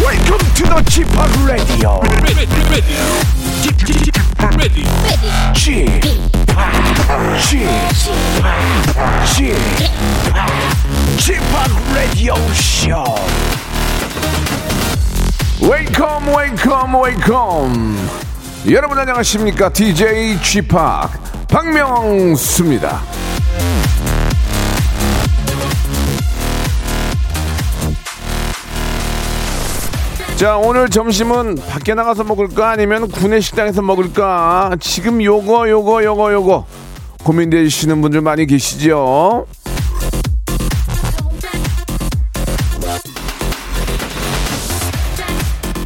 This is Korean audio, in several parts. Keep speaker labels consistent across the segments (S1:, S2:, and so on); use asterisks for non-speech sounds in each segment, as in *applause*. S1: welcome to the Chip Radio.
S2: ready, ready, ready, ready.
S1: Chip, Chip, Chip, Chip Radio Show. Welcome, welcome, welcome. 여러분 안녕하십니까? DJ G p 박명수입니다. 자 오늘 점심은 밖에 나가서 먹을까 아니면 구내 식당에서 먹을까 지금 요거 요거 요거 요거 고민되시는 분들 많이 계시죠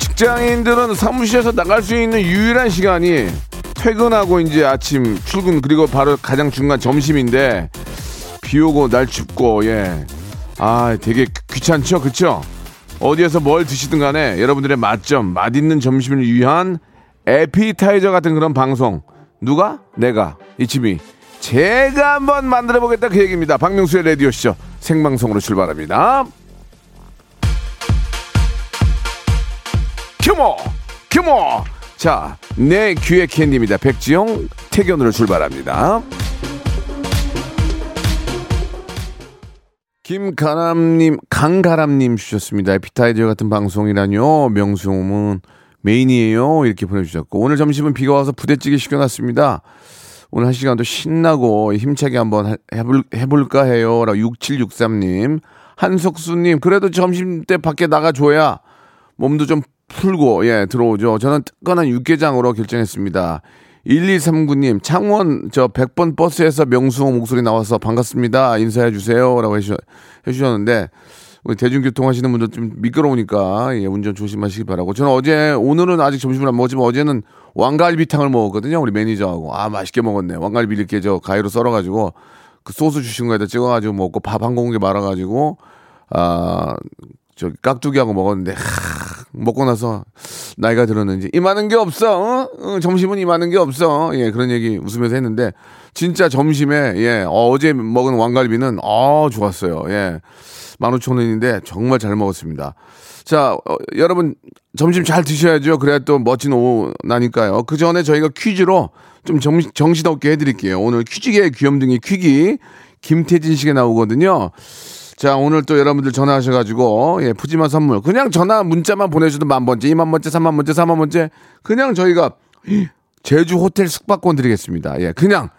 S1: 직장인들은 사무실에서 나갈 수 있는 유일한 시간이 퇴근하고 이제 아침 출근 그리고 바로 가장 중간 점심인데 비 오고 날 춥고 예 아 되게 귀- 귀찮죠 그쵸 어디에서 뭘 드시든 간에 여러분들의 맛점, 맛있는 점심을 위한 에피타이저 같은 그런 방송. 누가? 내가. 이치미. 제가 한번 만들어 보겠다 그 얘기입니다. 박명수의 라디오쇼 생방송으로 출발합니다. 규모! 규모! 자, 내 귀의 캔디입니다. 백지영 태견으로 출발합니다. 김가람님, 강가람님 주셨습니다. 에피타이저 같은 방송이라뇨. 명수음은 메인이에요. 이렇게 보내주셨고. 오늘 점심은 비가 와서 부대찌개 시켜놨습니다. 오늘 한 시간도 신나고 힘차게 한번 하- 해볼, 해볼까 해요. 라고 6763님. 한석수님, 그래도 점심 때 밖에 나가줘야 몸도 좀 풀고, 예, 들어오죠. 저는 뜨끈한 육개장으로 결정했습니다. 1239님, 창원 저 100번 버스에서 명수홍 목소리 나와서 반갑습니다. 인사해 주세요. 라고 해주- 해주셨는데, 우리 대중교통 하시는 분들 좀 미끄러우니까, 예, 운전 조심하시기 바라고. 저는 어제, 오늘은 아직 점심을 안 먹었지만 어제는 왕갈비탕을 먹었거든요. 우리 매니저하고. 아, 맛있게 먹었네. 왕갈비 이렇게 저 가위로 썰어가지고, 그 소스 주신 거에다 찍어가지고 먹고, 밥 한 공기 말아가지고, 아, 저 깍두기하고 먹었는데 하, 먹고 나서 나이가 들었는지 이만한 게 없어 어? 어, 점심은 이만한 게 없어 예 그런 얘기 웃으면서 했는데 진짜 점심에 예 어, 제 먹은 왕갈비는 아 좋았어요 예 15,000원인데 정말 잘 먹었습니다 자 어, 여러분 점심 잘 드셔야죠 그래야 또 멋진 오후 나니까요 그 전에 저희가 퀴즈로 좀 정, 정신없게 해드릴게요 오늘 퀴즈계의 귀염둥이 퀴기 김태진 씨가 나오거든요 자 오늘 또 여러분들 전화하셔가지고 예 푸짐한 선물 그냥 전화 문자만 보내주도 만 번째 이만 번째 삼만 번째 사만 번째 그냥 저희가 제주 호텔 숙박권 드리겠습니다 예 그냥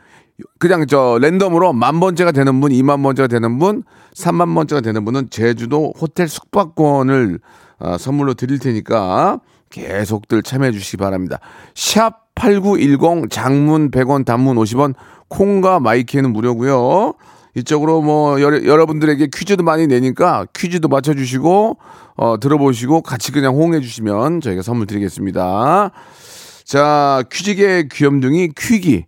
S1: 그냥 저 랜덤으로 만 번째가 되는 분 이만 번째가 되는 분 삼만 번째가 되는 분은 제주도 호텔 숙박권을 아, 선물로 드릴 테니까 계속들 참여해 주시기 바랍니다 샵 8910 장문 100원 단문 50원 콩과 마이키는 무료고요 이쪽으로 뭐 여러, 분들에게 퀴즈도 많이 내니까 퀴즈도 맞춰주시고 어, 들어보시고 같이 그냥 호응해 주시면 저희가 선물 드리겠습니다. 자 퀴즈계 귀염둥이 퀴기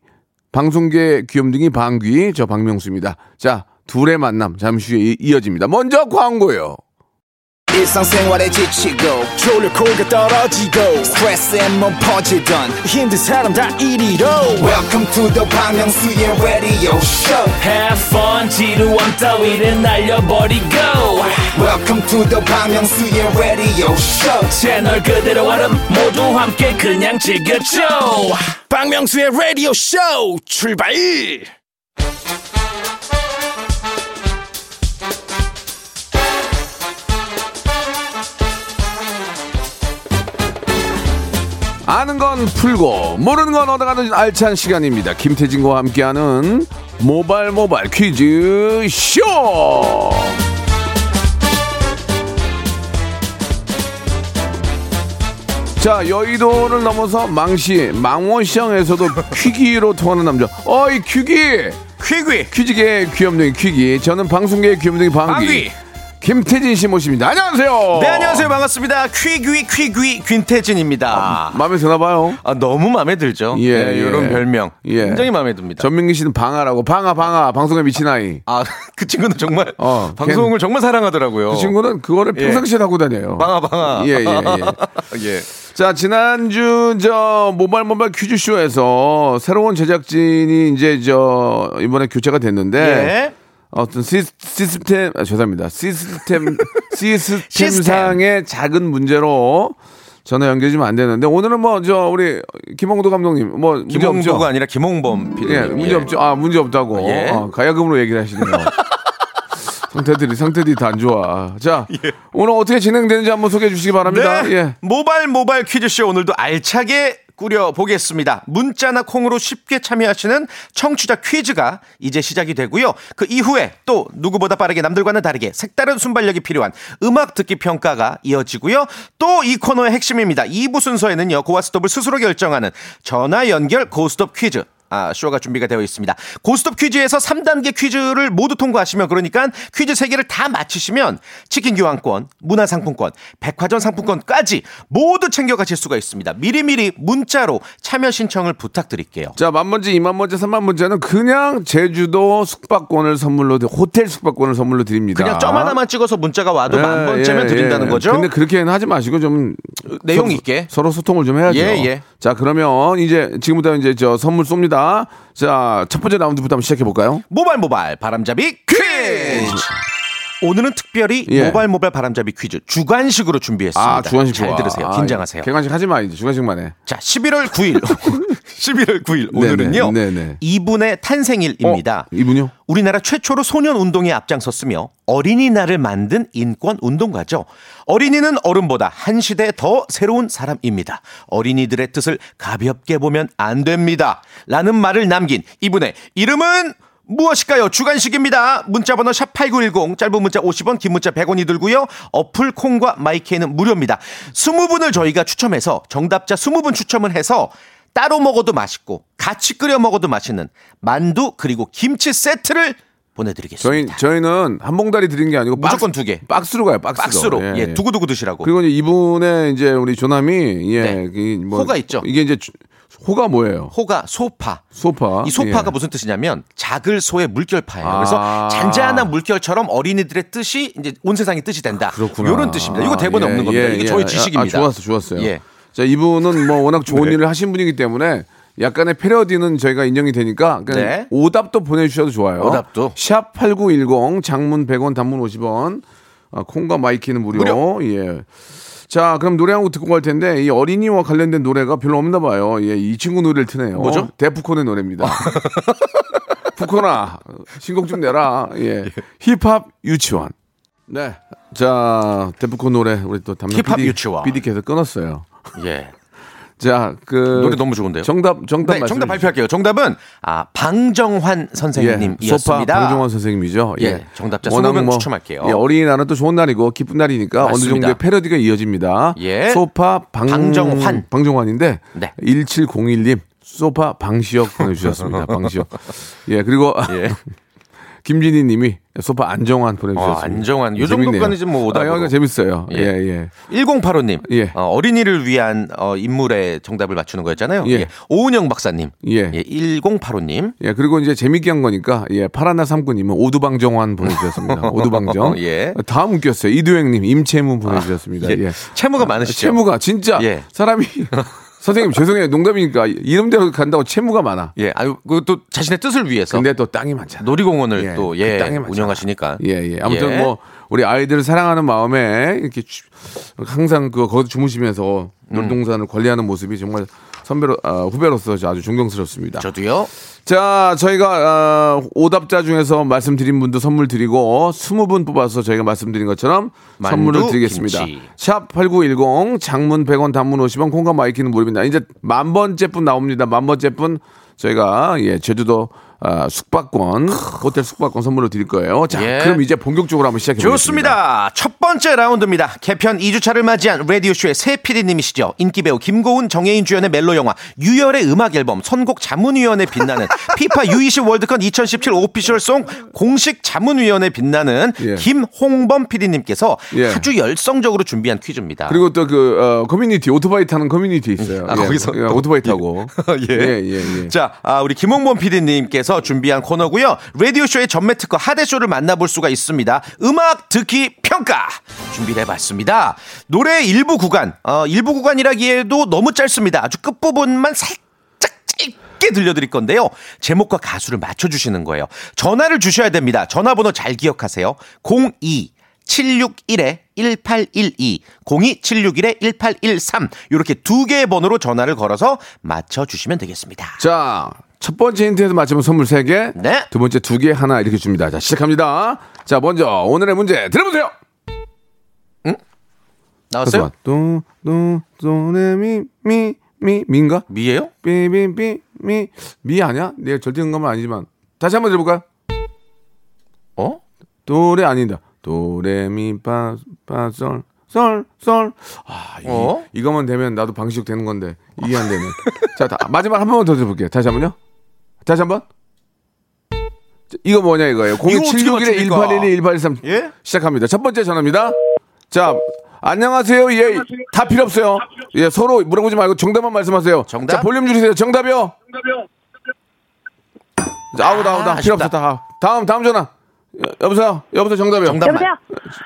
S1: 방송계 귀염둥이 방귀 저 박명수입니다. 자 둘의 만남 잠시 후에 이- 이어집니다. 먼저 광고요.
S3: 일상생활에 지치고, 졸려 코가 떨어지고, 스트레스에 몸 퍼지던, 힘든 사람 다 이리로. welcome to the Bang Myung-soo's radio show
S4: Have fun 지루함 따위를 날려버리고
S3: welcome to the Bang Myung-soo's radio show
S4: 채널 그대로 얼음 모두 함께 그냥 즐겨줘
S2: 박명수의 라디오 쇼 출발!
S1: 아는 건 풀고 모르는 건 얻어가는 알찬 시간입니다. 김태진과 함께하는 모발 모발 퀴즈 쇼. 자 여의도를 넘어서 망시 망원시장에서도 퀴기로 통하는 남자. 어이 퀴기
S2: 퀴귀
S1: 퀴즈계 귀염둥이 퀴기. 저는 방송계 귀염둥이 방귀.
S2: 방귀.
S1: 김태진 씨 모십니다. 안녕하세요.
S5: 네 안녕하세요 반갑습니다 퀴귀 퀴귀 김태진입니다
S1: 마음에 드나 봐요.
S5: 아, 너무 마음에 들죠
S1: 예,
S5: 예,
S1: 예.
S5: 이런 별명
S1: 예.
S5: 굉장히 마음에 듭니다
S1: 전민기 씨는 방아라고 방아 방아 방송에 미친 아이.
S5: 아 *laughs* 그 친구는 정말
S1: 어,
S5: 방송을 정말 사랑하더라고요
S1: 그 친구는 그거를
S5: 어. 예.
S1: 평상시에 하고 다녀요.
S5: 방아 방아
S1: 예, 예, 예.
S5: *laughs* 예.
S1: 자, 지난주 저 모발 모발 퀴즈쇼에서 새로운 제작진이 이제 저 이번에 교체가 됐는데
S5: 예.
S1: 어떤 시, 시스템 아, 죄송합니다
S5: *laughs*
S1: 시스템
S5: 시스템.
S1: 시스템상의 작은 문제로 전화 연결이면 안 되는데 오늘은 뭐 저 우리 김홍도 감독님 뭐 문제 없죠?
S5: 김홍도가 아니라 김홍범 PD.
S1: 예, 문제 없죠. 아, 문제 없다고.
S5: 예.
S1: 어, 가야금으로 얘기를 하시네요. *laughs* 상태들이 상태들이 다 안 좋아. 자, 오늘 어떻게 진행되는지 한번 소개해 주시기 바랍니다.
S5: 예. 네.
S1: 예.
S5: 모발 모발 퀴즈쇼 오늘도 알차게 꾸려 보겠습니다. 문자나 콩으로 쉽게 참여하시는 청취자 퀴즈가 이제 시작이 되고요. 그 이후에 또 누구보다 빠르게 남들과는 다르게 색다른 순발력이 필요한 음악 듣기 평가가 이어지고요. 또 이 코너의 핵심입니다. 2부 순서에는요. 고와 스톱을 스스로 결정하는 전화 연결 고스톱 퀴즈. 아, 쇼가 준비가 되어 있습니다. 고스톱 퀴즈에서 3단계 퀴즈를 모두 통과하시면 그러니까 퀴즈 3개를 다 마치시면 치킨 교환권, 문화상품권, 백화점 상품권까지 모두 챙겨가실 수가 있습니다. 미리미리 문자로 참여 신청을 부탁드릴게요.
S1: 자, 만 번째, 이만 번째, 삼만 번째는 그냥 제주도 숙박권을 선물로 드- 호텔 숙박권을 선물로 드립니다.
S5: 그냥 점 하나만 찍어서 문자가 와도 만 번째면
S1: 예, 예,
S5: 드린다는
S1: 예.
S5: 거죠? 어,
S1: 근데 그렇게는 하지 마시고 좀
S5: 내용
S1: 서로-
S5: 있게.
S1: 서로 소통을 좀 해야죠.
S5: 예, 예.
S1: 자, 그러면 이제 지금부터 이제 저 선물 쏩니다. 자, 첫 번째 라운드부터 한번 시작해 볼까요?
S5: 모발 모발 바람잡이 퀴즈! 오늘은 특별히
S1: 예.
S5: 모발 모발 바람잡이 퀴즈 주관식으로 준비했습니다.
S1: 아, 주관식
S5: 잘
S1: 좋아.
S5: 들으세요.
S1: 아,
S5: 긴장하세요.
S1: 개관식 하지 마 이제 주관식만 해.
S5: 자, 11월 9일. *laughs* 11월 9일 오늘은요.
S1: 네네.
S5: 이분의 탄생일입니다.
S1: 어, 이분요?
S5: 우리나라 최초로 소년 운동에 앞장섰으며 어린이날을 만든 인권 운동가죠. 어린이는 어른보다 한 시대 더 새로운 사람입니다. 어린이들의 뜻을 가볍게 보면 안 됩니다. 라는 말을 남긴 이분의 이름은 무엇일까요? 주간식입니다. 문자번호 샵8910, 짧은 문자 50원, 긴 문자 100원이 들고요. 어플 콩과 마이케이는 무료입니다. 20분을 저희가 추첨해서 정답자 20분 추첨을 해서 따로 먹어도 맛있고 같이 끓여 먹어도 맛있는 만두 그리고 김치 세트를
S1: 저희
S5: 보내드리겠습니다.
S1: 저희는 한 봉다리 드린 게 아니고
S5: 무조건
S1: 박스-
S5: 두 개.
S1: 박스로 가요. 박스로.
S5: 박스로 예, 두고두고 드시라고.
S1: 그리고 이제 이분의 이제 우리 조남이 예,
S5: 네.
S1: 이 뭐-
S5: 호가 있죠.
S1: 이게 이제 주- 호가 뭐예요?
S5: 호가 소파.
S1: 소파.
S5: 이 소파가
S1: 예.
S5: 무슨 뜻이냐면 작을 소의 물결파예요. 그래서
S1: 아.
S5: 잔잔한 물결처럼 어린이들의 뜻이 이제 온 세상의 뜻이 된다.
S1: 그렇구나.
S5: 요런 뜻입니다. 이거 대본에
S1: 예,
S5: 없는 겁니다.
S1: 예,
S5: 이거
S1: 예.
S5: 저희
S1: 아,
S5: 지식입니다.
S1: 아, 좋았어, 좋았어요.
S5: 예. 네.
S1: 자, 이분은 뭐 워낙
S5: *laughs*
S1: 좋은 일을 하신 분이기 때문에 약간의 패러디는 저희가 인정이 되니까 그냥
S5: 네.
S1: 오답도 보내주셔도 좋아요.
S5: 오답도.
S1: 샵8910 장문 100원 단문 50원 아, 콩과 마이키는 무료. 예. 자, 그럼 노래 한 곡 듣고 갈 텐데 이 어린이와 관련된 노래가 별로 없나 봐요. 예, 이 친구 노래를 트네요.
S5: 뭐죠? 아,
S1: 데프콘의 노래입니다. 푸코나 신곡 좀 내라.
S5: *laughs*
S1: 예. 힙합 유치원. 네. 자, 데프콘 노래 우리 또 담당
S5: 힙합
S1: PD,
S5: 유치원.
S1: PD께서 끊었어요.
S5: 예.
S1: 자, 그
S5: 노래 너무 좋은데요.
S1: 정답 정답
S5: 네,
S1: 말씀해
S5: 정답
S1: 주세요.
S5: 발표할게요. 정답은 아, 방정환
S1: 예, 소파
S5: 선생님이었습니다.
S1: 방종환 선생님이죠. 예,
S5: 예, 정답자
S1: 워낙
S5: 20명 추첨할게요.
S1: 예, 어린이날은 또 좋은 날이고 기쁜 날이니까
S5: 맞습니다.
S1: 어느 정도의 패러디가 이어집니다.
S5: 예.
S1: 소파 방,
S5: 방정환.
S1: 방정환인데
S5: 네.
S1: 1701님 소파 방시혁
S5: *laughs*
S1: 보내주셨습니다. 방시혁. 예, 그리고
S5: 예.
S1: *laughs* 김진희님이 소파 안정환 보내주셨습니다.
S5: 어, 안정환. 요 정도까지 좀뭐 오답으로.
S1: 아, 이거 재밌어요.
S5: 예.
S1: 예, 예.
S5: 1085님.
S1: 예.
S5: 어, 린이를 위한 어, 인물의 정답을 맞추는 거였잖아요.
S1: 예.
S5: 오은영 박사님.
S1: 예.
S5: 1085님.
S1: 예, 그리고 이제 재밌게 한 거니까, 예, 파라나 삼구님은 오두방정환
S5: *laughs*
S1: 보내주셨습니다. 오두방정.
S5: 예. 아,
S1: 다음 웃겼어요. 이두행님, 임채문 보내주셨습니다. 예.
S5: 채무가 많으시죠?
S1: 채무가 진짜
S5: 예. *laughs*
S1: 사람이 선생님 죄송해요 농담이니까 이름대로 간다고 채무가 많아.
S5: 예. 아유, 그것도 자신의 뜻을 위해서
S1: 근데 또 땅이 많잖아.
S5: 놀이공원을
S1: 예,
S5: 또
S1: 그
S5: 예,
S1: 땅에 맞잖아.
S5: 운영하시니까.
S1: 예예. 아무튼
S5: 예.
S1: 뭐 우리 아이들을 사랑하는 마음에 이렇게 주- 항상 그 거기서 주무시면서
S5: 음.
S1: 놀동산을 관리하는 모습이 정말 선배로 아, 후배로서 아주 존경스럽습니다.
S5: 저도요.
S1: 자, 저희가 어, 오답자 중에서 말씀드린 분도 선물 드리고 20분 뽑아서 저희가 말씀드린 것처럼
S5: 만두,
S1: 선물을 드리겠습니다.
S5: 김치.
S1: 샵 8910 장문 100원 단문 50원 콩과 마이키는 무료입니다. 이제 만 번째 분 나옵니다. 만 번째 분 저희가 예, 제주도 아, 숙박권 호텔 숙박권 선물로 드릴 거예요. 자,
S5: 예.
S1: 그럼 이제 본격적으로 한번 시작해 보겠습니다.
S5: 좋습니다. 첫 번째 라운드입니다. 개편 2주차를 맞이한 라디오쇼의 새 PD님이시죠. 인기배우 김고은, 정혜인 주연의 멜로 영화, 유열의 음악 앨범, 선곡 자문위원회 빛나는, *laughs* 피파 U20 월드컵 2017 오피셜송 공식 자문위원회 빛나는
S1: 예.
S5: 김홍범 PD님께서
S1: 예.
S5: 아주 열성적으로 준비한 퀴즈입니다.
S1: 그리고 또 그 커뮤니티 오토바이 타는 커뮤니티 있어요.
S5: 아, 거기서
S1: 예,
S5: 또-
S1: 오토바이 타고
S5: *laughs* 예.
S1: 예, 예.
S5: 자, 아, 우리 김홍범 PD님께서 준비한 코너고요. 라디오쇼의 전매 특허 하대쇼를 만나볼 수가 있습니다. 음악 듣기 평가 준비를 해봤습니다. 노래 일부 구간, 어, 일부 구간이라기에도 너무 짧습니다. 아주 끝부분만 살짝 짧게 쉽게 들려드릴 건데요. 제목과 가수를 맞춰주시는 거예요. 전화를 주셔야 됩니다. 전화번호 잘 기억하세요. 02 761-1812, 02761-1813, 이렇게 두 개의 번호로 전화를 걸어서 맞춰주시면 되겠습니다.
S1: 자, 첫 번째 힌트에서 맞히면 선물 세개
S5: 네.
S1: 두 번째 두 개 하나 이렇게 줍니다. 자, 시작합니다. 자, 먼저 오늘의 문제 들어보세요.
S5: 나왔어요?
S1: 도, 도, 도, 레, 미, 미, 미, 미인가?
S5: 미예요?
S1: 삐, 삐, 삐, 미. 미 아니야? 내가 절대 음감은 아니지만. 다시 한번 들어볼까요?
S5: 어?
S1: 도레 아니다. 도레미 파파솔 솔, 솔. 아, 이,
S5: 어?
S1: 이거만 되면 나도 방식 되는 건데 이게 안
S5: *laughs*
S1: 되네. 자, 다, 마지막 한 번만 더 들어볼게요. 다시 한번요. 다시 한 번. 자, 이거 뭐냐 이거예요. 0
S5: 어떻게
S1: 7 6 1 1 8 1 2 1813
S5: 예?
S1: 시작합니다. 첫 번째 전화입니다. 자, 안녕하세요. 예, 다 필요 없어요. 예, 서로 물어보지 말고 정답만 말씀하세요.
S5: 정답?
S1: 자, 볼륨 줄이세요. 정답이요. 자, 아웃 아웃
S5: 아,
S1: 아웃 필요
S5: 아쉽다.
S1: 없었다. 다음 다음 전화. 여- 여보세요. 여보세요. 정답이요.
S5: 정답만.
S6: 여보세요?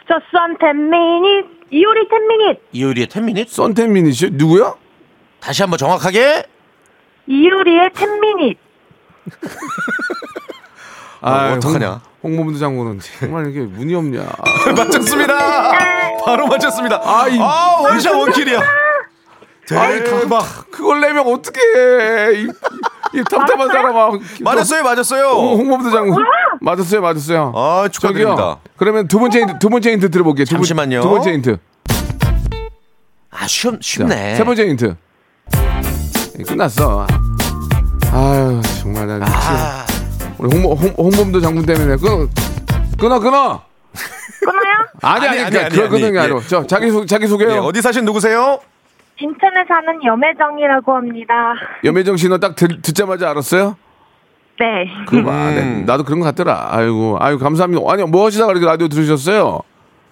S6: 저 썸, 텐미닛, 이효리 텐미닛,
S5: 이효리의 10미닛?
S1: 썬텐미니시 누구야?
S5: 다시 한번 정확하게.
S6: 이효리의 텐미닛.
S1: 아,
S5: 어떡하냐.
S1: 홍보부 장군은 정말 이게 문이
S5: *laughs*
S1: 없냐.
S6: 네.
S5: 맞췄습니다. 아, 바로 맞췄습니다. 아,
S1: 아이.
S5: 원샷 원킬이야.
S1: 아이 막 그걸 내면 어떻게 해? 이, 이 답답한 사람아.
S5: 맞았어요,
S1: 홍-
S5: 맞았어요.
S1: 홍보부 장군. 맞았어요, 맞았어요.
S5: 아, 축하드립니다.
S1: 저기요, 그러면 두 번째 힌트, 두 번째 힌트 들어볼게요. 두 번-
S5: 잠시만요.
S1: 두 번째 힌트.
S5: 아, 쉽,
S1: 자,
S5: 쉽네.
S1: 세 번째 힌트. 예, 끝났어. 아유 정말 나 미치겠네.
S5: 아,
S1: 우리 홍보 홍, 홍범도 장군 때문에 끊어 끊어 끊어. *laughs*
S6: 끊어요?
S1: 아니 아니
S5: 아니, 아니,
S1: 그러니까
S5: 아니,
S1: 그걸 끊는 게
S5: 아니.
S1: 아니고 저 자기 소 자기 소개요.
S5: 예, 어디 사신 누구세요?
S6: 인천에 사는 염혜정이라고 합니다.
S1: 염혜정 씨는 딱 들- 듣자마자 알았어요?
S6: 네.
S1: 그거 봐.
S5: 음.
S1: 네, 나도 그런 것 같더라. 아이고, 아이고, 감사합니다. 아니, 뭐 하시다가 이렇게 라디오 들으셨어요?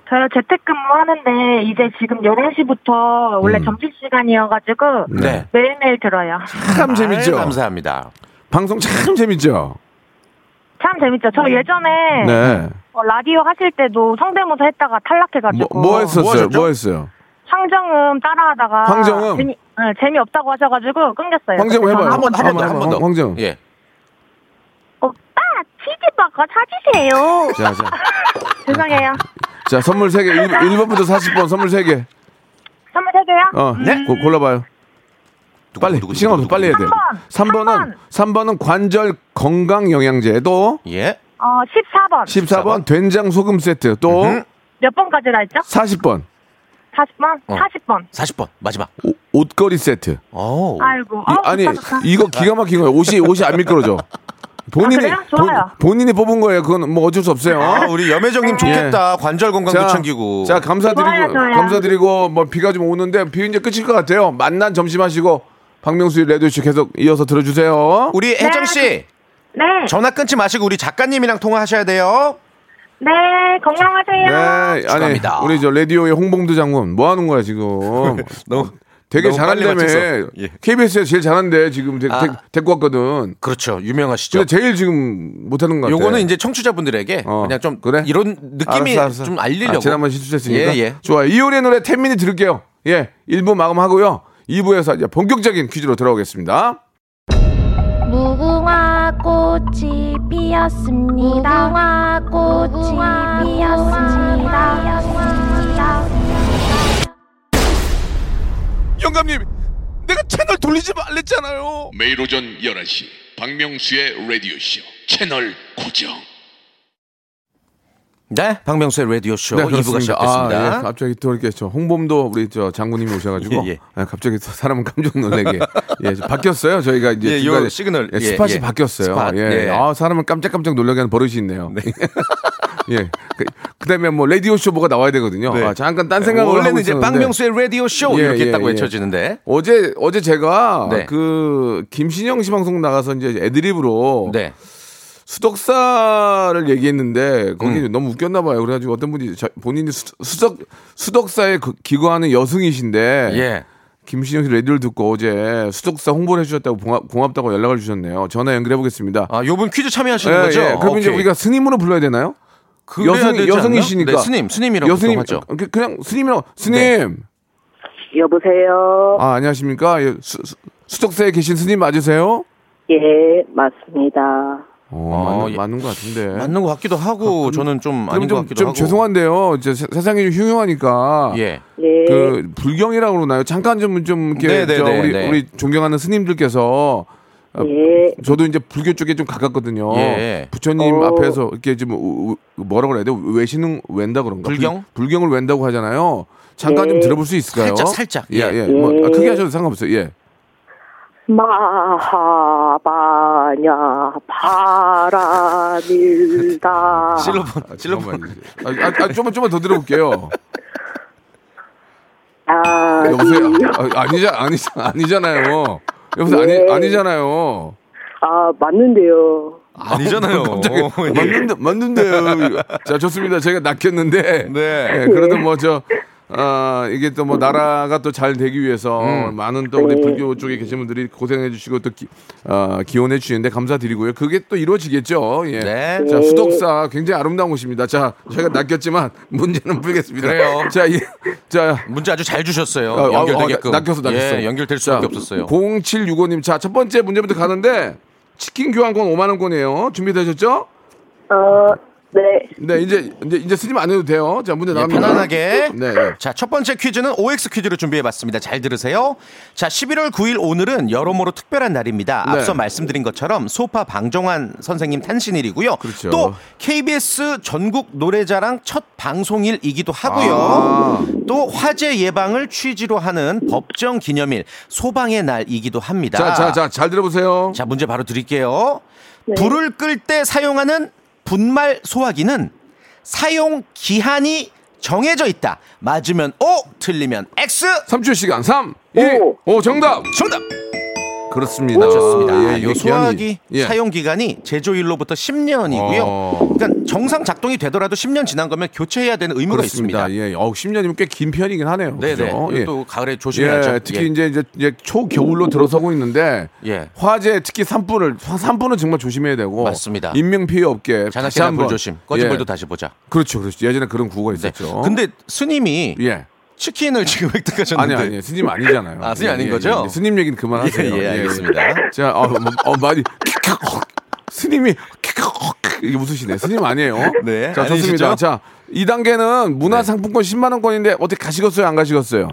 S6: 저요 재택근무 하는데 이제 지금 11시부터
S1: 음.
S6: 원래 점심시간이어가지고
S5: 네.
S6: 매일매일 들어요.
S1: 참 재밌죠?
S5: 아유, 감사합니다.
S1: 방송 참 재밌죠?
S6: 참 재밌죠. 저 예전에
S1: 음. 네.
S6: 어, 라디오 하실 때도 성대모사 했다가
S1: 뭐,
S6: 탈락해가지고
S1: 뭐
S5: 뭐
S1: 했었어요?
S5: 하셨죠?
S1: 뭐 했어요?
S6: 황정음 따라하다가
S1: 황정음?
S6: 재미, 네, 재미없다고 하셔가지고 끊겼어요.
S1: 황정음 해봐요.
S5: 한 번, 한 번 더, 한 번 더.
S1: 황정.
S5: 예.
S6: 오빠 어, 아, 치즈버거 사주세요.
S1: 자, 자.
S6: 죄송해요.
S1: 자, 선물 세개 1, 번부터 40번 선물 세개
S6: 선물 세 개요?
S1: 어,
S5: 네.
S1: 고- 골라봐요.
S5: 누구,
S1: 빨리,
S5: 누구,
S1: 시간 없어.
S5: 누구,
S1: 빨리 해야
S5: 누구,
S1: 돼요.
S6: 삼 번.
S1: 3번은, 3번은 관절 건강 영양제. 또,
S5: 누구. 예.
S6: 어, 14번.
S1: 14번 된장 소금 세트. 또,
S6: 몇 번까지라 했죠?
S1: 40번
S6: 40번?
S5: 어.
S6: 40번.
S5: 40번, 마지막.
S1: 옷- 옷걸이 세트.
S5: 오.
S6: 아이고.
S1: 이-
S6: 아,
S1: 아니
S6: 좋다, 좋다.
S1: 이거 기가 막힌 거예요. 옷이 옷이 안 미끄러져. 본인이
S6: 아, 그래요? 좋아요.
S1: 본, 인이 뽑은 거예요. 그건 뭐 어쩔 수 없어요.
S5: 아, 우리 염혜정님 좋겠다. 관절 건강도 챙기고.
S1: 자 감사드리고
S6: 좋아요, 좋아요.
S1: 감사드리고 뭐 비가 좀 오는데 비 이제 끝일 것 같아요. 만난 점심하시고 박명수의 레드쇼 계속 이어서 들어주세요.
S5: 우리 혜정씨,
S6: 네.
S5: 전화 끊지 마시고 우리 작가님이랑 통화하셔야 돼요.
S6: 네. 건강하세요.
S1: 아니
S5: 축하합니다.
S1: 우리 저 레디오의 홍범도 장군 뭐 하는 거야 지금?
S5: *laughs* 너무.
S1: 되게
S5: 너무 빨리
S1: 잘한다며.
S5: 맞춰서. 예.
S1: KBS에서 제일 잘한대 지금 데,
S5: 아.
S1: 데, 데리고 왔거든.
S5: 그렇죠. 유명하시죠.
S1: 근데 제일 지금 못하는 것 같아.
S5: 요거는 이제 청취자분들에게
S1: 어,
S5: 그냥 좀
S1: 그래?
S5: 이런 느낌이
S1: 알았어, 알았어.
S5: 좀 알리려고.
S1: 아, 지난번 실수했으니까.
S5: 예, 예.
S1: 좋아요. 이효리의 노래 10미니 들을게요. 예. 1부 마감하고요. 2부에서 이제 본격적인 퀴즈로 돌아오겠습니다.
S7: 무궁화 꽃이 피었습니다. 무궁화 꽃이 피었습니다.
S1: 영감님, 내가 채널 돌리지 말랬잖아요.
S8: 매일 오전 11시 박명수의 라디오쇼 채널 고정
S5: 네, 박명수의 라디오 쇼 2부가
S1: 아,
S5: 시작됐습니다.
S1: 예. 갑자기 또 이렇게 저 홍범도 우리 저 장군님이 오셔가지고
S5: *laughs* 예, 예.
S1: 아, 갑자기 또 사람은 깜짝
S5: *laughs*
S1: 놀래게 예, 좀 바뀌었어요. 저희가 이제
S5: 예,
S1: 중간에
S5: 요 시그널.
S1: 예,
S5: 예,
S1: 스팟이
S5: 예.
S1: 바뀌었어요.
S5: 스팟,
S1: 예.
S5: 예.
S1: 아 사람을 깜짝깜짝 놀라게 하는 버릇이 있네요. *laughs* 예. 그, 그다음에 뭐 라디오 쇼 뭐가 나와야 되거든요.
S5: 네.
S1: 아, 잠깐 딴 생각을 하고
S5: 원래는 이제
S1: 있었는데.
S5: 박명수의 라디오 쇼
S1: 예,
S5: 이렇게
S1: 예,
S5: 했다고
S1: 예.
S5: 외쳐지는데.
S1: 어제 어제 제가
S5: 네.
S1: 그 김신영 씨 방송 나가서 이제 애드립으로
S5: 네.
S1: 수덕사를 얘기했는데 거기
S5: 음.
S1: 너무 웃겼나 봐요. 그래가지고 어떤 분이 자- 본인이 수, 수덕 수덕사에 그- 기거하는 여승이신데
S5: 예.
S1: 김신영 씨 라디오를 듣고 어제 수덕사 홍보를 해주셨다고 봉합, 고맙다고 연락을 주셨네요. 전화 연결해 보겠습니다. 예,
S5: 아, 요분 퀴즈 참여하시는 거죠?
S1: 네, 그럼 이제
S5: 오케이.
S1: 우리가 스님으로 불러야 되나요?
S5: 그래야
S1: 여승-
S5: 되지
S1: 여승이시니까.
S5: 않나? 네, 스님, 스님이라고
S1: 여승님
S5: 하죠. 네.
S1: 그- 그냥 스님이라고 스님.
S9: 여보세요.
S1: 아 안녕하십니까? 예, 수, 수, 수덕사에 계신 스님 맞으세요?
S9: 예, 맞습니다.
S1: 어, 맞는, 맞는 것 같은데.
S5: 예. 맞는 것 같기도 하고 저는
S1: 네.
S5: 좀
S1: 그럼
S5: 아닌 것
S1: 좀,
S5: 같기도
S1: 좀
S5: 하고.
S1: 죄송한데요. 이제 세, 상이좀 흉흉하니까.
S5: 예.
S9: 예.
S1: 그 불경이라고 그러나요? 잠깐 좀 좀 이렇게
S5: 네, 네,
S1: 저
S5: 네,
S1: 우리
S5: 네.
S1: 우리 존경하는 스님들께서 어,
S9: 예.
S1: 저도 이제 불교 쪽에 좀 가깝거든요.
S5: 예.
S1: 부처님
S9: 어.
S1: 앞에서 이렇게 좀 우- 우- 뭐라 그래야 돼? 외신은 웬다 그런가?
S5: 불경?
S1: 불, 경을 웬다고 하잖아요. 잠깐 좀
S9: 예.
S1: 들어볼 수 있을까요?
S5: 살짝, 살짝.
S1: 예, 예.
S5: 예.
S1: 뭐, 아,
S9: 예.
S1: 크게 하셔도 상관없어요.
S5: *laughs*
S1: 예.
S9: 마하바냐 바라밀다
S5: 실로폰,
S1: 아,
S5: 실로폰.
S1: 아, 아, 좀만 좀만 더 들어볼게요.
S9: 아,
S1: 여보세요. 아, 아니자 아니 아니잖아요. 여보세요.
S5: 네.
S1: 아니 아니잖아요.
S9: 아 맞는데요.
S5: *laughs* 아니잖아요.
S1: 어,
S5: 예.
S1: 맞는데, 맞는데요. 자, 좋습니다. 제가 낚였는데.
S5: 네.
S1: 예, 그래도 뭐, 저, 아, 이게 또 뭐, 나라가 또 잘 되기 위해서
S5: 음.
S1: 많은 또 우리
S9: 네.
S1: 불교 쪽에 계신 분들이 고생해 주시고 또 기, 아, 기원해 주시는데 감사드리고요. 그게 또 이루어지겠죠. 예.
S5: 네.
S1: 자, 수덕사 굉장히 아름다운 곳입니다. 자, 저희가 낚였지만 문제는 풀겠습니다.
S5: 그래요.
S1: 자, 예. 자.
S5: 문자 아주 잘 주셨어요.
S1: 아, 아,
S5: 연결되게끔.
S1: 아, 낚였어, 낚였어.
S5: 예, 연결될
S1: 자,
S5: 수밖에 없었어요.
S1: 0765님, 자, 첫 번째 문제부터 가는데 치킨 교환권 5만원권이에요. 준비되셨죠?
S9: 어, 네.
S1: 네, 이제 이제 이제 스님 안 해도 돼요. 자, 문제
S5: 예,
S1: 나갑니다.
S5: 편안하게.
S1: 네, 네.
S5: 자, 첫 번째 퀴즈는 OX 퀴즈로 준비해봤습니다. 잘 들으세요. 자, 11월 9일 오늘은 여러모로 특별한 날입니다.
S1: 네.
S5: 앞서 말씀드린 것처럼 소파 방정환 선생님 탄신일이고요.
S1: 그렇죠.
S5: 또 KBS 전국 노래자랑 첫 방송일이기도 하고요.
S1: 아.
S5: 또 화재 예방을 취지로 하는 법정 기념일 소방의 날이기도 합니다.
S1: 자, 자, 자, 잘 들어보세요.
S5: 자, 문제 바로 드릴게요. 불을 끌 때 사용하는 분말 소화기는 사용 기한이 정해져 있다. 맞으면 O, 틀리면 X.
S1: 3초 시간. 3, 2, 5, 정답.
S5: 정답.
S1: 그렇습니다.
S5: 맞췄습니다. 아, 요
S1: 이게
S5: 소화기
S1: 아, 예, 기한이- 예.
S5: 사용 기간이 제조일로부터 10년이고요.
S1: 어.
S5: 그러니까 정상 작동이 되더라도 10년 지난 거면 교체해야 되는 의무가
S1: 그렇습니다.
S5: 있습니다.
S1: 예. 어, 10년이면 꽤 긴 편이긴 하네요.
S5: 네, 네.
S1: 그죠? 예.
S5: 또 가을에 조심해야죠.
S1: 예, 특히
S5: 예.
S1: 이제 이제 이제 초겨울로 들어서고 있는데
S5: 예.
S1: 화재 특히 산불을 화- 산불은 정말 조심해야 되고
S5: 맞습니다.
S1: 인명 피해 없게 다시
S5: 장난치나
S1: 한번-
S5: 불 조심. 꺼진
S1: 예.
S5: 불도 다시 보자.
S1: 그렇죠, 그렇죠. 예전에 그런 구호가
S5: 네.
S1: 있었죠.
S5: 근데 스님이
S1: 예.
S5: 치킨을 지금 *laughs* 획득하셨는데
S1: 아니 아니 스님 아니잖아요.
S5: *laughs* 아, 스님 아닌
S1: 예,
S5: 거죠?
S1: 예, 스님 얘기는 그만하세요.
S5: 예, 예, 알겠습니다.
S1: 자, 어, 뭐, 어 많이 스님이 이게 웃으시네. 스님 아니에요?
S5: *laughs* 네,
S1: 자, 좋습니다.
S5: 아니시죠? 네.
S1: 자, 이 단계는 문화상품권 10만 원권인데 어떻게 가시겠어요? 안 가시겠어요?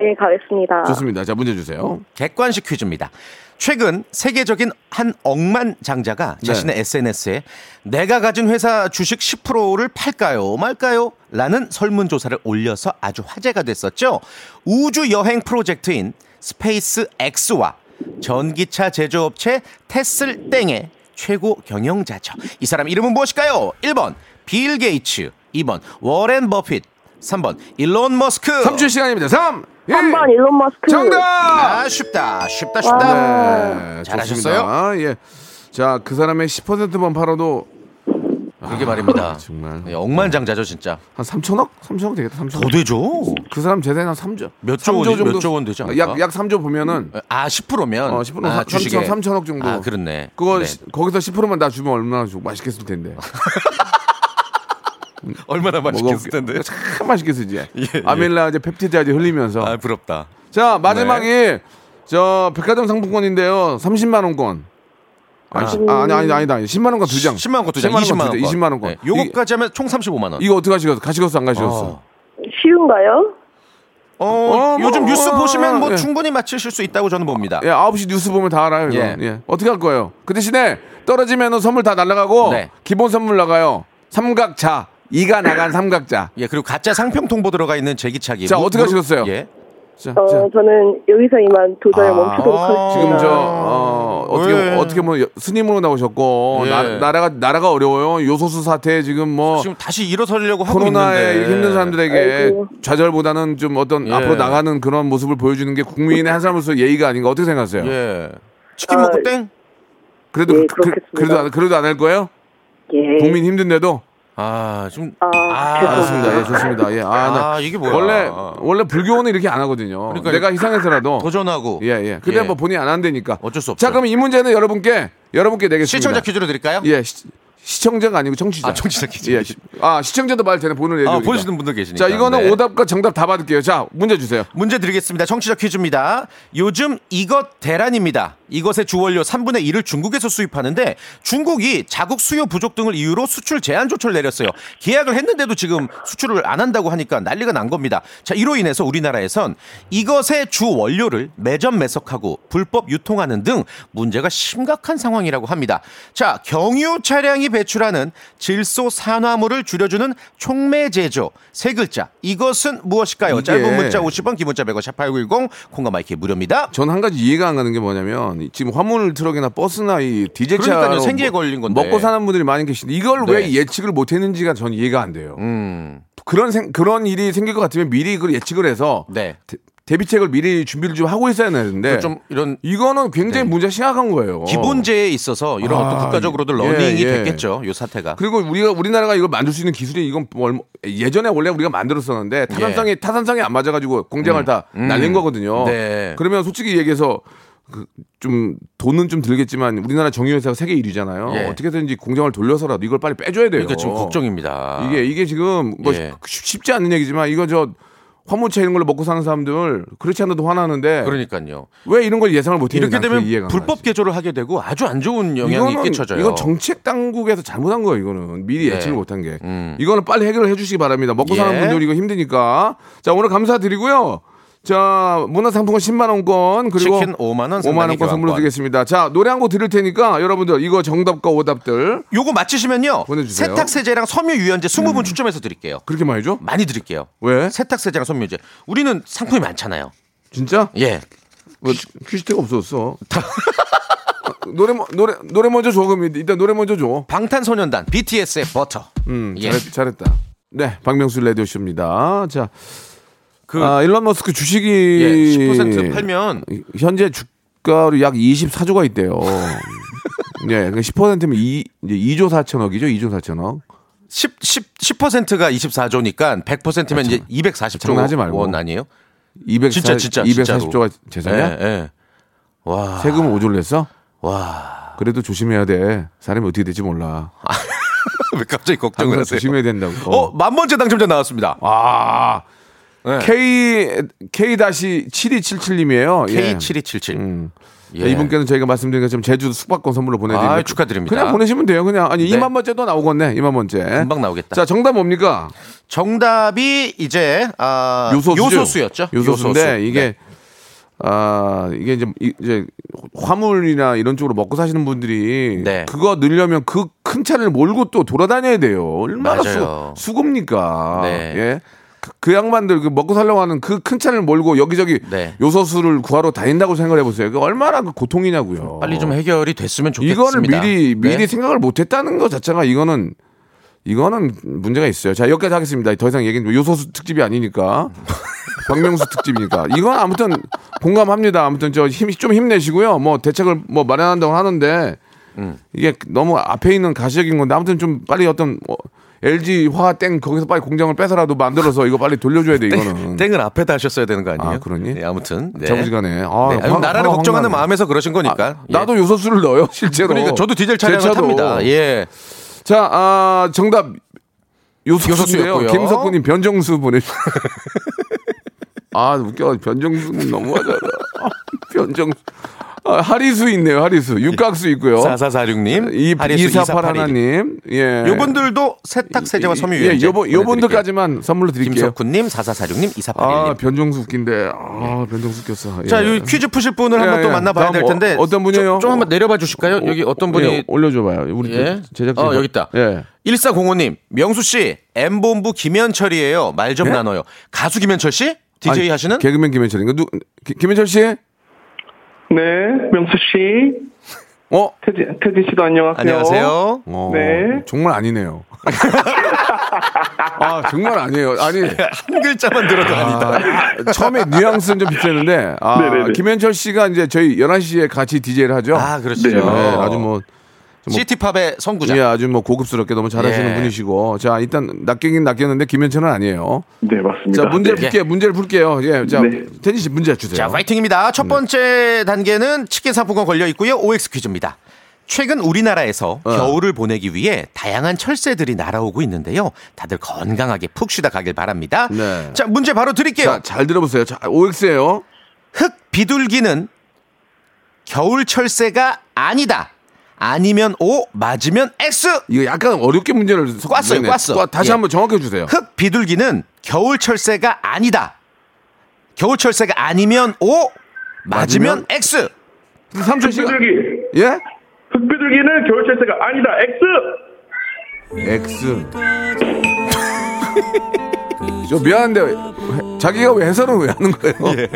S9: 네, 가겠습니다.
S1: 좋습니다. 자, 문제 주세요.
S5: 객관식 퀴즈입니다. 최근 세계적인 한 억만 장자가 자신의 SNS에 내가 가진 회사 주식 10%를 팔까요, 말까요? 라는 설문조사를 올려서 아주 화제가 됐었죠. 우주 여행 프로젝트인 스페이스 X와 전기차 제조업체 테슬 땡의 최고 경영자죠. 이 사람 이름은 무엇일까요? 1번 빌 게이츠, 2번 워렌 버핏, 3번 일론 머스크.
S1: 3주 시간입니다. 3.
S9: 3번 일론 머스크.
S1: 정답.
S5: 아, 쉽다, 쉽다, 쉽다.
S1: 그 네,
S5: 잘하셨어요?
S1: 좋습니다. 아, 예. 자, 그 사람의 10%만 팔아도 아,
S5: 그게 말입니다.
S1: 정말.
S5: 네, 억만장자죠 진짜.
S1: 한 3천억? 3천억 되겠다. 3천억.
S5: 되죠.
S1: 그 사람 재산이 한 3조.
S5: 몇 조 원이- 몇조원 되지 않을까?
S1: 약, 약 3조 보면은
S5: 아 10%면
S1: 어, 10%
S5: 아,
S1: 삼-
S5: 주식에
S1: 삼천- 삼천억 정도.
S5: 아 그렇네.
S1: 그거
S5: 네.
S1: 시- 거기서 10%만 나 주면 얼마나 좋 맛있겠을 텐데.
S5: 얼마나
S1: 먹어볼게.
S5: 맛있겠을 텐데. 예,
S1: 참 맛있겠을지. 아밀라제 펩티드까지 흘리면서.
S5: 아 네. 부럽다.
S1: 자 마지막이 저 백화점 상품권인데요. 30만 원권. 아니, 시- 아, 아니 아니 아니다. 아니, 10만 원권 두 장.
S5: 10만 원권 두 장,
S1: 10만
S5: 20만
S1: 원권
S5: 원권,
S1: 두 장, 20만 원권.
S5: 네, 요거까지 하면 총 35만 원.
S1: 이, 거 어떻게 하시겠어? 가시겠어 안 가시겠어?
S9: 쉬운가요?
S5: 어,
S1: 어,
S5: 요즘
S1: 뭐,
S5: 뉴스
S1: 어,
S5: 보시면 뭐
S1: 예.
S5: 충분히 맞추실 수 있다고 저는 봅니다.
S1: 예, 9시 뉴스 보면 다 알아요. 이거.
S5: 예.
S1: 예. 어떻게 할 거예요? 그 대신에 떨어지면 선물 다 날라가고
S5: 네.
S1: 기본 선물 나가요. 삼각자. 이가 나간 삼각자.
S5: 예, 그리고 가짜 상평 통보 들어가 있는 제기차기.
S1: 자,
S5: 무-
S1: 어떻게
S5: 무-
S1: 하시겠어요?
S5: 예.
S1: 자,
S9: 어,
S1: 자.
S9: 저는 여기서 이만 도저히
S1: 아,
S9: 멈추도록 하겠습니다.
S1: 지금 저 어, 어떻게
S5: 예.
S1: 어떻게 뭐 여- 스님으로 나오셨고
S5: 예.
S1: 나, 나라가 나라가 어려워요 요소수 사태 지금 뭐
S5: 지금 다시 일어서려고 하고
S1: 코로나에
S5: 있는데.
S1: 힘든 사람들에게
S9: 아이고.
S1: 좌절보다는 좀 어떤
S5: 예.
S1: 앞으로 나가는 그런 모습을 보여주는 게 국민의 한 사람으로서 예의가 아닌가 어떻게 생각하세요?
S5: 예. 치킨
S9: 아,
S5: 먹고 땡.
S1: 그래도
S9: 예,
S1: 그,
S9: 그렇겠습니다.
S1: 래도 그래도 안 할 거예요?
S9: 예.
S1: 국민 힘든데도
S5: 아 지금
S9: 아, 죄송합니다.
S1: 좋습니다. 예, 좋습니다. 예, 아, 나
S5: 아, 이게 뭐야.
S1: 원래 원래 불교는 이렇게 안 하거든요.
S5: 그러니까
S1: 내가 희생해서라도
S5: 도전하고.
S1: 예, 예. 근데 뭐 본인 이안 한다니까.
S5: 어쩔 수 없죠.
S1: 자, 그럼 이 문제는 여러분께 여러분께 내겠습니다.
S5: 시청자 퀴즈로 드릴까요?
S1: 예, 시- 시청자가 아니고 청취자.
S5: 아, 청취자 퀴즈.
S1: 예, 시, 아, 시청자도 말 되는 보는
S5: 아,
S1: 라디오.
S5: 보시는 분들 계시니까.
S1: 자, 이거는
S5: 네.
S1: 오답과 정답 다 받을게요. 자, 문제 주세요.
S5: 문제 드리겠습니다. 청취자 퀴즈입니다. 요즘 이것 대란입니다. 이것의 주원료 3분의 1을 중국에서 수입하는데 중국이 자국 수요 부족 등을 이유로 수출 제한 조치를 내렸어요. 계약을 했는데도 지금 수출을 안 한다고 하니까 난리가 난 겁니다. 자, 이로 인해서 우리나라에선 이것의 주원료를 매점 매석하고 불법 유통하는 등 문제가 심각한 상황이라고 합니다. 자, 경유 차량이 배출하는 질소 산화물을 줄여주는 촉매제조 세 글자. 이것은 무엇일까요?
S1: 이게-
S5: 짧은 문자 50원, 긴 문자 100원, 샵 8910, 콩과 마이크 무료입니다.
S1: 전 한 가지 이해가 안 가는 게 뭐냐면 이- 지금 화물 트럭이나 버스나 이 디젤
S5: 그러니까요.
S1: 차로
S5: 생계에
S1: 뭐-
S5: 걸린 건데.
S1: 먹고 사는 분들이 많이 계신데 이걸
S5: 네.
S1: 왜 예측을 못 했는지가 전 이해가 안 돼요.
S5: 음,
S1: 그런 생, 그런 일이 생길 것 같으면 미리 그걸 예측을 해서
S5: 네.
S1: 대- 대비책을 미리 준비를 좀 하고 있어야 되는데
S5: 좀 이런
S1: 이거는 굉장히
S5: 네.
S1: 문제가 심각한 거예요.
S5: 기본제에 있어서 이런
S1: 어. 아,
S5: 어떤 국가적으로도
S1: 예,
S5: 러닝이
S1: 예.
S5: 됐겠죠. 요 사태가.
S1: 그리고 우리가 우리나라가 이걸 만들 수 있는 기술이 이건 뭐 얼마- 예전에 원래 우리가
S5: 예.
S1: 만들었었는데 타산성이 타산성이 안 맞아가지고 공장을 다 날린 거거든요.
S5: 음. 네.
S1: 그러면 솔직히 얘기해서 그 좀 돈은 좀 들겠지만 우리나라 정유회사가 세계 1위잖아요.
S5: 예.
S1: 어떻게든지 공장을 돌려서라도 이걸 빨리 빼줘야 돼요.
S5: 그러니까 지금 걱정입니다.
S1: 이게 이게 지금 뭐
S5: 예.
S1: 쉽- 쉽지 않은 얘기지만 이거 저 화물차 이런 걸로 먹고 사는 사람들 그렇지 않아도 화나는데
S5: 그러니까요.
S1: 왜 이런 걸 예상을 못했는지
S5: 이렇게
S1: 난 그게 이해가
S5: 되면
S1: 안
S5: 불법
S1: 가지.
S5: 개조를 하게 되고 아주 안 좋은 영향이
S1: 이거는
S5: 끼쳐져요.
S1: 이건 정책 당국에서 잘못한 거예요. 이거는 미리
S5: 네.
S1: 예측을 못한 게.
S5: 음.
S1: 이거는 빨리 해결을 해주시기 바랍니다. 먹고
S5: 예.
S1: 사는 분들 이거 힘드니까. 자 오늘 감사드리고요. 자 문화상품권 10만 원권 그리고
S5: 치킨 5만 원
S1: 5만 원권 선물로 드리겠습니다. 자 노래 한 곡 들을 테니까 여러분들 이거 정답과 오답들
S5: 요거 맞히시면요.
S1: 보내주세요.
S5: 세탁 세제랑 섬유 유연제 20분 추첨해서 드릴게요.
S1: 그렇게 많이 줘?
S5: 많이 드릴게요.
S1: 왜?
S5: 세탁 세제랑 섬유 유연제. 우리는 상품이 많잖아요.
S1: 진짜?
S5: 예.
S1: 뭐, 퀴즈대가 없었어. *laughs* 노래 뭐- 노래 노래 먼저 줘 그럼 일단 노래 먼저 줘.
S5: 방탄소년단 BTS의 버터.
S1: 음,
S5: 예.
S1: 잘했, 잘했다. 네, 박명수 라디오 쇼입니다. 자,
S5: 그-
S1: 아, 일론 머스크 주식이
S5: 예, 10% 팔면
S1: 현재 주가로 약 24조가
S5: *laughs*
S1: 있대요. 예, 그 10%면 2, 이제 2조 4천억이죠, 2조 4천억.
S5: 10, 10, 10%가 24조니까 100%면 이제 240조
S1: 장난하지 말고.
S5: 원 아니에요?
S1: 240,
S5: 진짜, 진짜,
S1: 240조가
S5: 진짜로.
S1: 재산이야?
S5: 예, 아. 예. 와.
S1: 세금 5조를 냈어? *laughs*
S5: 와.
S1: 그래도 조심해야 돼. 사람이 어떻게 될지 몰라.
S5: 왜 갑자기 걱정을
S1: 항상
S5: 하세요?
S1: 조심해야 된다고.
S5: 어, 만 번째 당첨자 나왔습니다.
S1: 아,
S5: 네.
S1: K K 다시 7277님이에요.
S5: K7277. 예.
S1: 예. 음. 네, 이분께는 저희가 말씀드린 것처럼 제주도 숙박권 선물로 보내드립니다.
S5: 아유, 축하드립니다.
S1: 그냥 보내시면 돼요. 그냥 아니
S5: 네.
S1: 2만 번째 또 나오겠네. 2만 번째.
S5: 금방 나오겠다.
S1: 자 정답 뭡니까?
S5: 정답이 이제 아,
S1: 요소수.
S5: 요소수였죠.
S1: 요소수인데
S5: 요소수.
S1: 이게
S5: 네.
S1: 아 이게 이제 이- 이제 화물이나 이런 쪽으로 먹고 사시는 분들이
S5: 네.
S1: 그거 늘려면 그 큰 차를 몰고 또 돌아다녀야 돼요. 얼마나
S5: 맞아요.
S1: 수, 수급니까?
S5: 네.
S1: 예. 그, 그 양반들 그 먹고 살려고 하는 그 큰 차를 몰고 여기저기
S5: 네.
S1: 요소수를 구하러 다닌다고 생각해 보세요. 그 얼마나 그 고통이냐고요.
S5: 빨리 좀 해결이 됐으면 좋겠습니다.
S1: 어. 이거를 미리 미리
S5: 네.
S1: 생각을 못했다는 것 자체가 이거는 이거는 문제가 있어요. 자 여기까지 하겠습니다. 더 이상 얘기는 요소수 특집이 아니니까 *laughs* 박명수 특집이니까 이건 아무튼 공감합니다. 아무튼 저 힘 좀 힘내시고요. 뭐 대책을 뭐 마련한다고 하는데
S5: 음.
S1: 이게 너무 앞에 있는 가시적인 건데 아무튼 좀 빨리 어떤 뭐 LG 화땡 거기서 빨리 공장을 빼서라도 만들어서 이거 빨리 돌려줘야 돼
S5: *laughs*
S1: 이거는.
S5: 음. 땡은 앞에다 하셨어야 되는 거 아니에요?
S1: 아, 그러니?
S5: 네, 아무튼 네.
S1: 자부지간에 아,
S5: 네, 아니,
S1: 화-
S5: 나라를
S1: 화가
S5: 걱정하는
S1: 확 나네.
S5: 마음에서 그러신 거니까. 예.
S1: 아, 나도 요소수를 넣어요 실제로.
S5: 그러니까 저도 디젤 차량을
S1: 제 차도.
S5: 탑니다. 예.
S1: 자, 아, 정답 요소수인데요.
S5: 요소수였고요.
S1: 김석구님 변정수
S5: *laughs*
S1: 보내주. 아 웃겨 변정수는 너무하잖아. 아, 변정수. 아, 하리수 있네요. 하리수 육각수 있고요.
S5: 4446님,
S1: 어? 이
S5: 하리수
S1: 이사팔
S5: 2481.
S1: 하나님. 예.
S5: 요분들도 세탁 세제와 섬유
S1: 예,
S5: 유연제.
S1: 요분 요분들까지만 선물로 드릴게요.
S5: 김석훈님, 4446님, 2481님.
S1: 아 변정수 웃긴데. 아 변정수 웃겼어. 예.
S5: 자, 여기 퀴즈 푸실 분을
S1: 예,
S5: 한번 또
S1: 예.
S5: 만나봐야
S1: 다음
S5: 될
S1: 뭐,
S5: 텐데.
S1: 어떤 분이에요?
S5: 좀, 좀 한번 내려봐 주실까요? 여기 어떤 분이
S1: 예, 올려줘봐요. 우리 그
S5: 예?
S1: 제작진.
S5: 어, 여기 있다.
S1: 예.
S5: 1405님, 명수 씨, M본부 김현철이에요. 말 좀
S1: 예?
S5: 나눠요. 가수 김현철 씨? DJ
S1: 아니,
S5: 하시는?
S1: 개그맨 김현철인가? 누 기- 김현철 씨?
S9: 네, 명수 씨,
S1: 어?
S9: 태진, 태진 씨도 안녕하세요.
S5: 안녕하세요.
S1: 어,
S9: 네.
S1: 정말 아니네요. *laughs* 아, 정말 아니에요. 아니.
S5: 한 글자만 들어도 아니다.
S1: 아, 처음에 뉘앙스는 좀 비슷했는데, 아,
S9: 네네네.
S1: 김현철 씨가 이제 저희 11시에 같이 DJ를 하죠.
S5: 아, 그렇죠.
S1: 네, 아주 뭐,
S5: 시티팝의 선구자.
S1: 예, 아주 뭐 고급스럽게 너무 잘하시는
S5: 예. 분이시고.
S1: 분이시고. 자, 일단 낚이긴 낚였는데, 김현철은 아니에요.
S9: 네, 맞습니다.
S1: 자, 문제를
S9: 네.
S1: 풀게요. 문제를 풀게요. 예, 자,
S9: 네.
S1: 태진 씨 문제 주세요. 네.
S5: 자, 파이팅입니다. 첫 번째 단계는 치킨 상품권 걸려 있고요. OX 퀴즈입니다. 최근 우리나라에서
S1: 어.
S5: 겨울을 보내기 위해 다양한 철새들이 날아오고 있는데요. 다들 건강하게 푹 쉬다 가길 바랍니다.
S1: 네.
S5: 자, 문제 바로 드릴게요.
S1: 자, 잘 들어보세요. 자, OX예요.
S5: 흑 비둘기는 겨울 철새가 아니다. 아니면 O, 맞으면 X.
S1: 이거 약간 어렵게 문제를 섞-
S5: 꿨어요,
S1: 네네.
S5: 꿨어.
S1: 꽈- 다시
S5: 예.
S1: 한번 정확해 주세요.
S5: 흑 비둘기는 겨울 철새가 아니다. 겨울 철새가 아니면 O,
S1: 맞으면
S5: 맞으면, X.
S1: 삼촌 씨가
S9: 흑비둘기.
S1: 예?
S9: 흑비둘기는 겨울철새가 아니다. X.
S1: X. 저 미안한데 회- 자기가 왜 해설을 왜 하는 거예요? 네,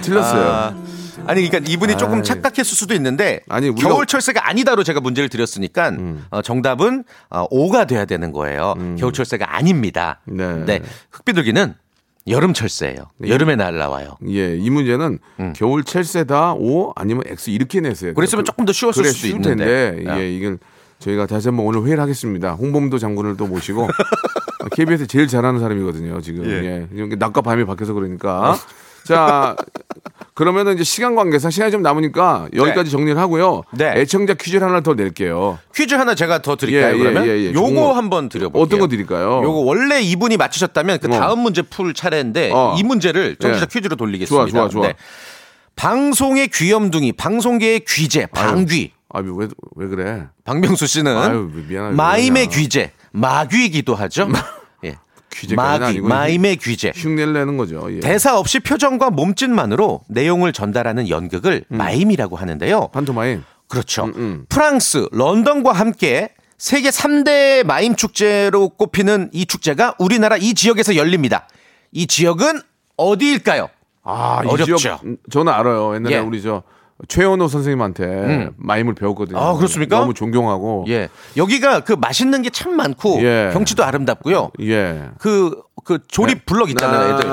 S1: 틀렸어요.
S5: 아, 아니 그러니까 이분이 조금
S1: 아이.
S5: 착각했을 수도 있는데
S1: 아니, 우리가- 음.
S5: 겨울 철새가 아니다로 제가 문제를 드렸으니까 어, 정답은 어, 오가 돼야 되는 거예요. 겨울 철새가 아닙니다.
S1: 네.
S5: 네. 흑비둘기는 여름 철새예요. 여름에 날라와요.
S1: 예, 이 문제는 겨울 첼세다 O 아니면 X 이렇게 내세요.
S5: 음. 그랬으면 조금 더 쉬웠을 수도
S1: 쉬울
S5: 있는데.
S1: 텐데,
S5: 아.
S1: 예, 이걸 저희가 다시 한번 오늘 회의를 하겠습니다. 홍범도 장군을 또
S5: *laughs*
S1: 모시고 KBS 제일 잘하는 사람이거든요. 지금 예. 이게 낮과 밤이 바뀌어서 그러니까 자 그러면은 이제 시간 관계상 시간이 좀 남으니까 여기까지 정리를 하고요.
S5: 네.
S1: 애청자 퀴즈를 하나 더 낼게요.
S5: 퀴즈 하나 제가 더 드릴까요?
S1: 예,
S5: 그러면
S1: 예, 예, 예.
S5: 요거
S1: 종목.
S5: 한번 드려볼게요.
S1: 어떤 거 드릴까요?
S5: 요거 원래 이분이 맞추셨다면 그
S1: 어.
S5: 다음 문제 풀 차례인데
S1: 어.
S5: 이 문제를 정치자
S1: 예.
S5: 퀴즈로 돌리겠습니다. 네.
S1: 좋아, 좋아, 좋아.
S5: 방송의 귀염둥이, 방송계의 귀재, 방귀.
S1: 아왜왜 왜 그래?
S5: 박명수 씨는
S1: 아유, 미안하게
S5: 마임의
S1: 그러냐.
S5: 귀재, 마귀이기도 하죠. 예.
S1: 귀재까지는
S5: 마귀,
S1: 아니고
S5: 마임의 귀재.
S1: 흉내를 내는 거죠. 예.
S5: 대사 없이 표정과 몸짓만으로 내용을 전달하는 연극을
S1: 음.
S5: 마임이라고 하는데요.
S1: 판토마임.
S5: 그렇죠.
S1: 음,
S5: 프랑스, 런던과 함께 세계 3대 마임 축제로 꼽히는 이 축제가 우리나라 이 지역에서 열립니다. 이 지역은 어디일까요?
S1: 아,
S5: 어렵죠.
S1: 이 지역, 음, 저는 알아요. 옛날에
S5: 예. 음.
S1: 우리 저 최현호 선생님한테 마임을 배웠거든요.
S5: 아, 그렇습니까?
S1: 너무 존경하고.
S5: 예. 여기가 그 맛있는 게 참 많고
S1: 예.
S5: 경치도 아름답고요.
S1: 예.
S5: 그, 그
S1: 네.
S5: 조립 블럭 있잖아요, 애들.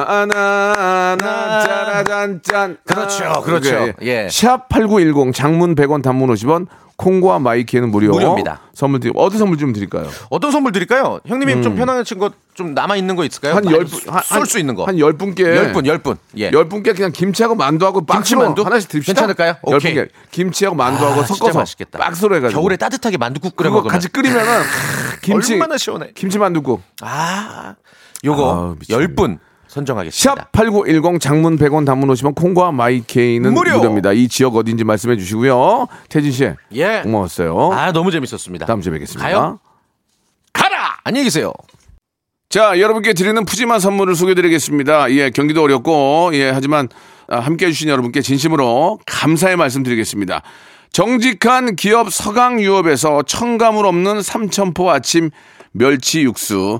S1: 나나나 짜라잔짠. 아,
S5: 그렇죠, 그렇죠. 예.
S1: 샵8910 장문 100원 단문 50원 콩과 마이키에는 무료.
S5: 무료입니다.
S1: 선물 드리 어디 선물 좀 드릴까요?
S5: 어떤 선물 드릴까요? 형님이 좀 편안하신 거 좀 남아 있는 거 있을까요?
S1: 음. 한
S5: 많이
S1: 열 분- 한-
S5: 쏠 수 있는 거.
S1: 한 10분께.
S5: 열 분, 열 분. 예.
S1: 열 분께 그냥 김치하고 만두하고 박스로
S5: 만두?
S1: 하나씩 드립시다.
S5: 괜찮을까요?
S1: 열
S5: 오케이.
S1: 분께 김치하고 만두하고
S5: 아, 진짜
S1: 섞어서
S5: 맛있겠다.
S1: 박스로 해가지고
S5: 겨울에 따뜻하게 만둣국 끓여
S1: 그거
S5: 먹으면
S1: 같이 끓이면은 캬, 김치
S5: 얼마나 시원해.
S1: 김치 만둣국
S5: 아.
S1: 아우,
S5: 요거
S1: 미치겠네.
S5: 열 분 선정하겠습니다.
S1: 샵 8910 장문 100원 단문 50원 콩과 마이케이는
S5: 무료!
S1: 무료입니다. 이 지역 어딘지 말씀해 주시고요. 태진 씨
S5: 예.
S1: 고마웠어요.
S5: 아, 너무 재밌었습니다.
S1: 다음 주에 뵙겠습니다.
S5: 가요? 가라! 안녕히 계세요.
S1: 자, 여러분께 드리는 푸짐한 선물을 소개드리겠습니다. 예, 경기도 어렵고, 예, 하지만 아, 함께 해주신 여러분께 진심으로 감사의 말씀 드리겠습니다. 정직한 기업 서강유업에서 청가물 없는 삼천포 아침 멸치 육수,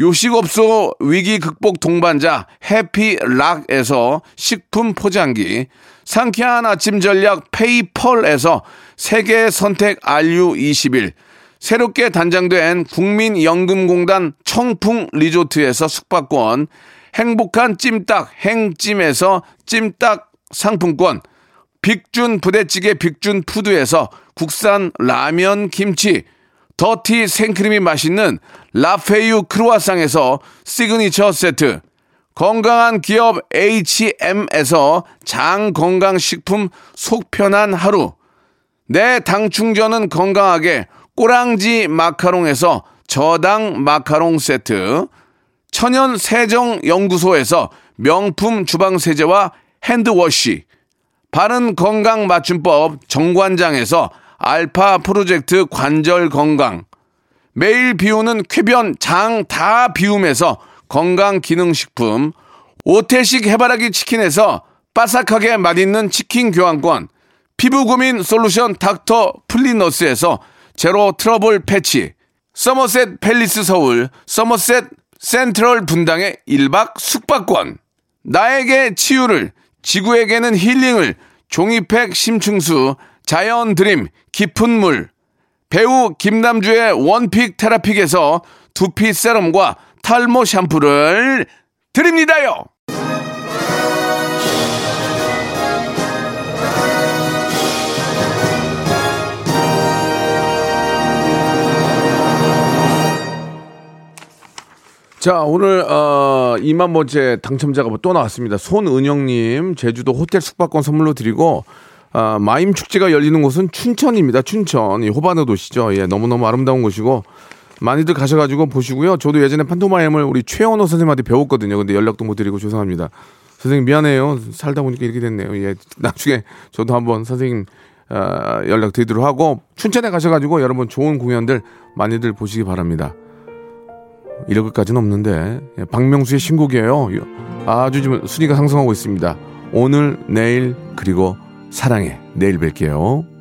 S1: 요식업소 위기 극복 동반자 해피락에서 식품 포장기, 상쾌한 아침 전략 페이펄에서 세계 선택 RU21, 새롭게 단장된 국민연금공단 청풍 리조트에서 숙박권, 행복한 찜닭 행찜에서 찜닭 상품권, 빅준 부대찌개 빅준 푸드에서 국산 라면 김치, 더티 생크림이 맛있는 라페유 크루아상에서 시그니처 세트, 건강한 기업 HM에서 장 건강식품 속편한 하루, 내 당 충전은 건강하게 꼬랑지 마카롱에서 저당 마카롱 세트, 천연 세정 연구소에서 명품 주방 세제와 핸드워시, 바른 건강 맞춤법 정관장에서 알파 프로젝트 관절 건강 매일 비우는 쾌변 장 다 비움에서 건강 기능 식품 오태식 해바라기 치킨에서 바삭하게 맛있는 치킨 교환권 피부 고민 솔루션 닥터 플리너스에서 제로 트러블 패치 서머셋 팰리스 서울 서머셋 센트럴 분당의 1박 숙박권 나에게 치유를 지구에게는 힐링을 종이팩 심층수 자연 드림 깊은 물 배우 김남주의 원픽 테라픽에서 두피 세럼과 탈모 샴푸를 드립니다요. 자 오늘 어, 2만 번째 당첨자가 뭐 또 나왔습니다. 손은영님 제주도 호텔 숙박권 선물로 드리고 아, 마임 축제가 열리는 곳은 춘천입니다. 춘천 이 호반의 도시죠. 예 너무 너무 아름다운 곳이고 많이들 가셔가지고 보시고요. 저도 예전에 판토마임을 우리 최원호 선생님한테 배웠거든요. 근데 연락도 못 드리고 죄송합니다. 선생님 미안해요. 살다 보니까 이렇게 됐네요. 예 나중에 저도 한번 선생님 아, 연락 드리도록 하고 춘천에 가셔가지고 여러분 좋은 공연들 많이들 보시기 바랍니다. 이럴 것까지는 없는데 예, 박명수의 신곡이에요. 요- 아주 지금 순위가 상승하고 있습니다. 오늘, 내일 그리고 사랑해. 내일 뵐게요.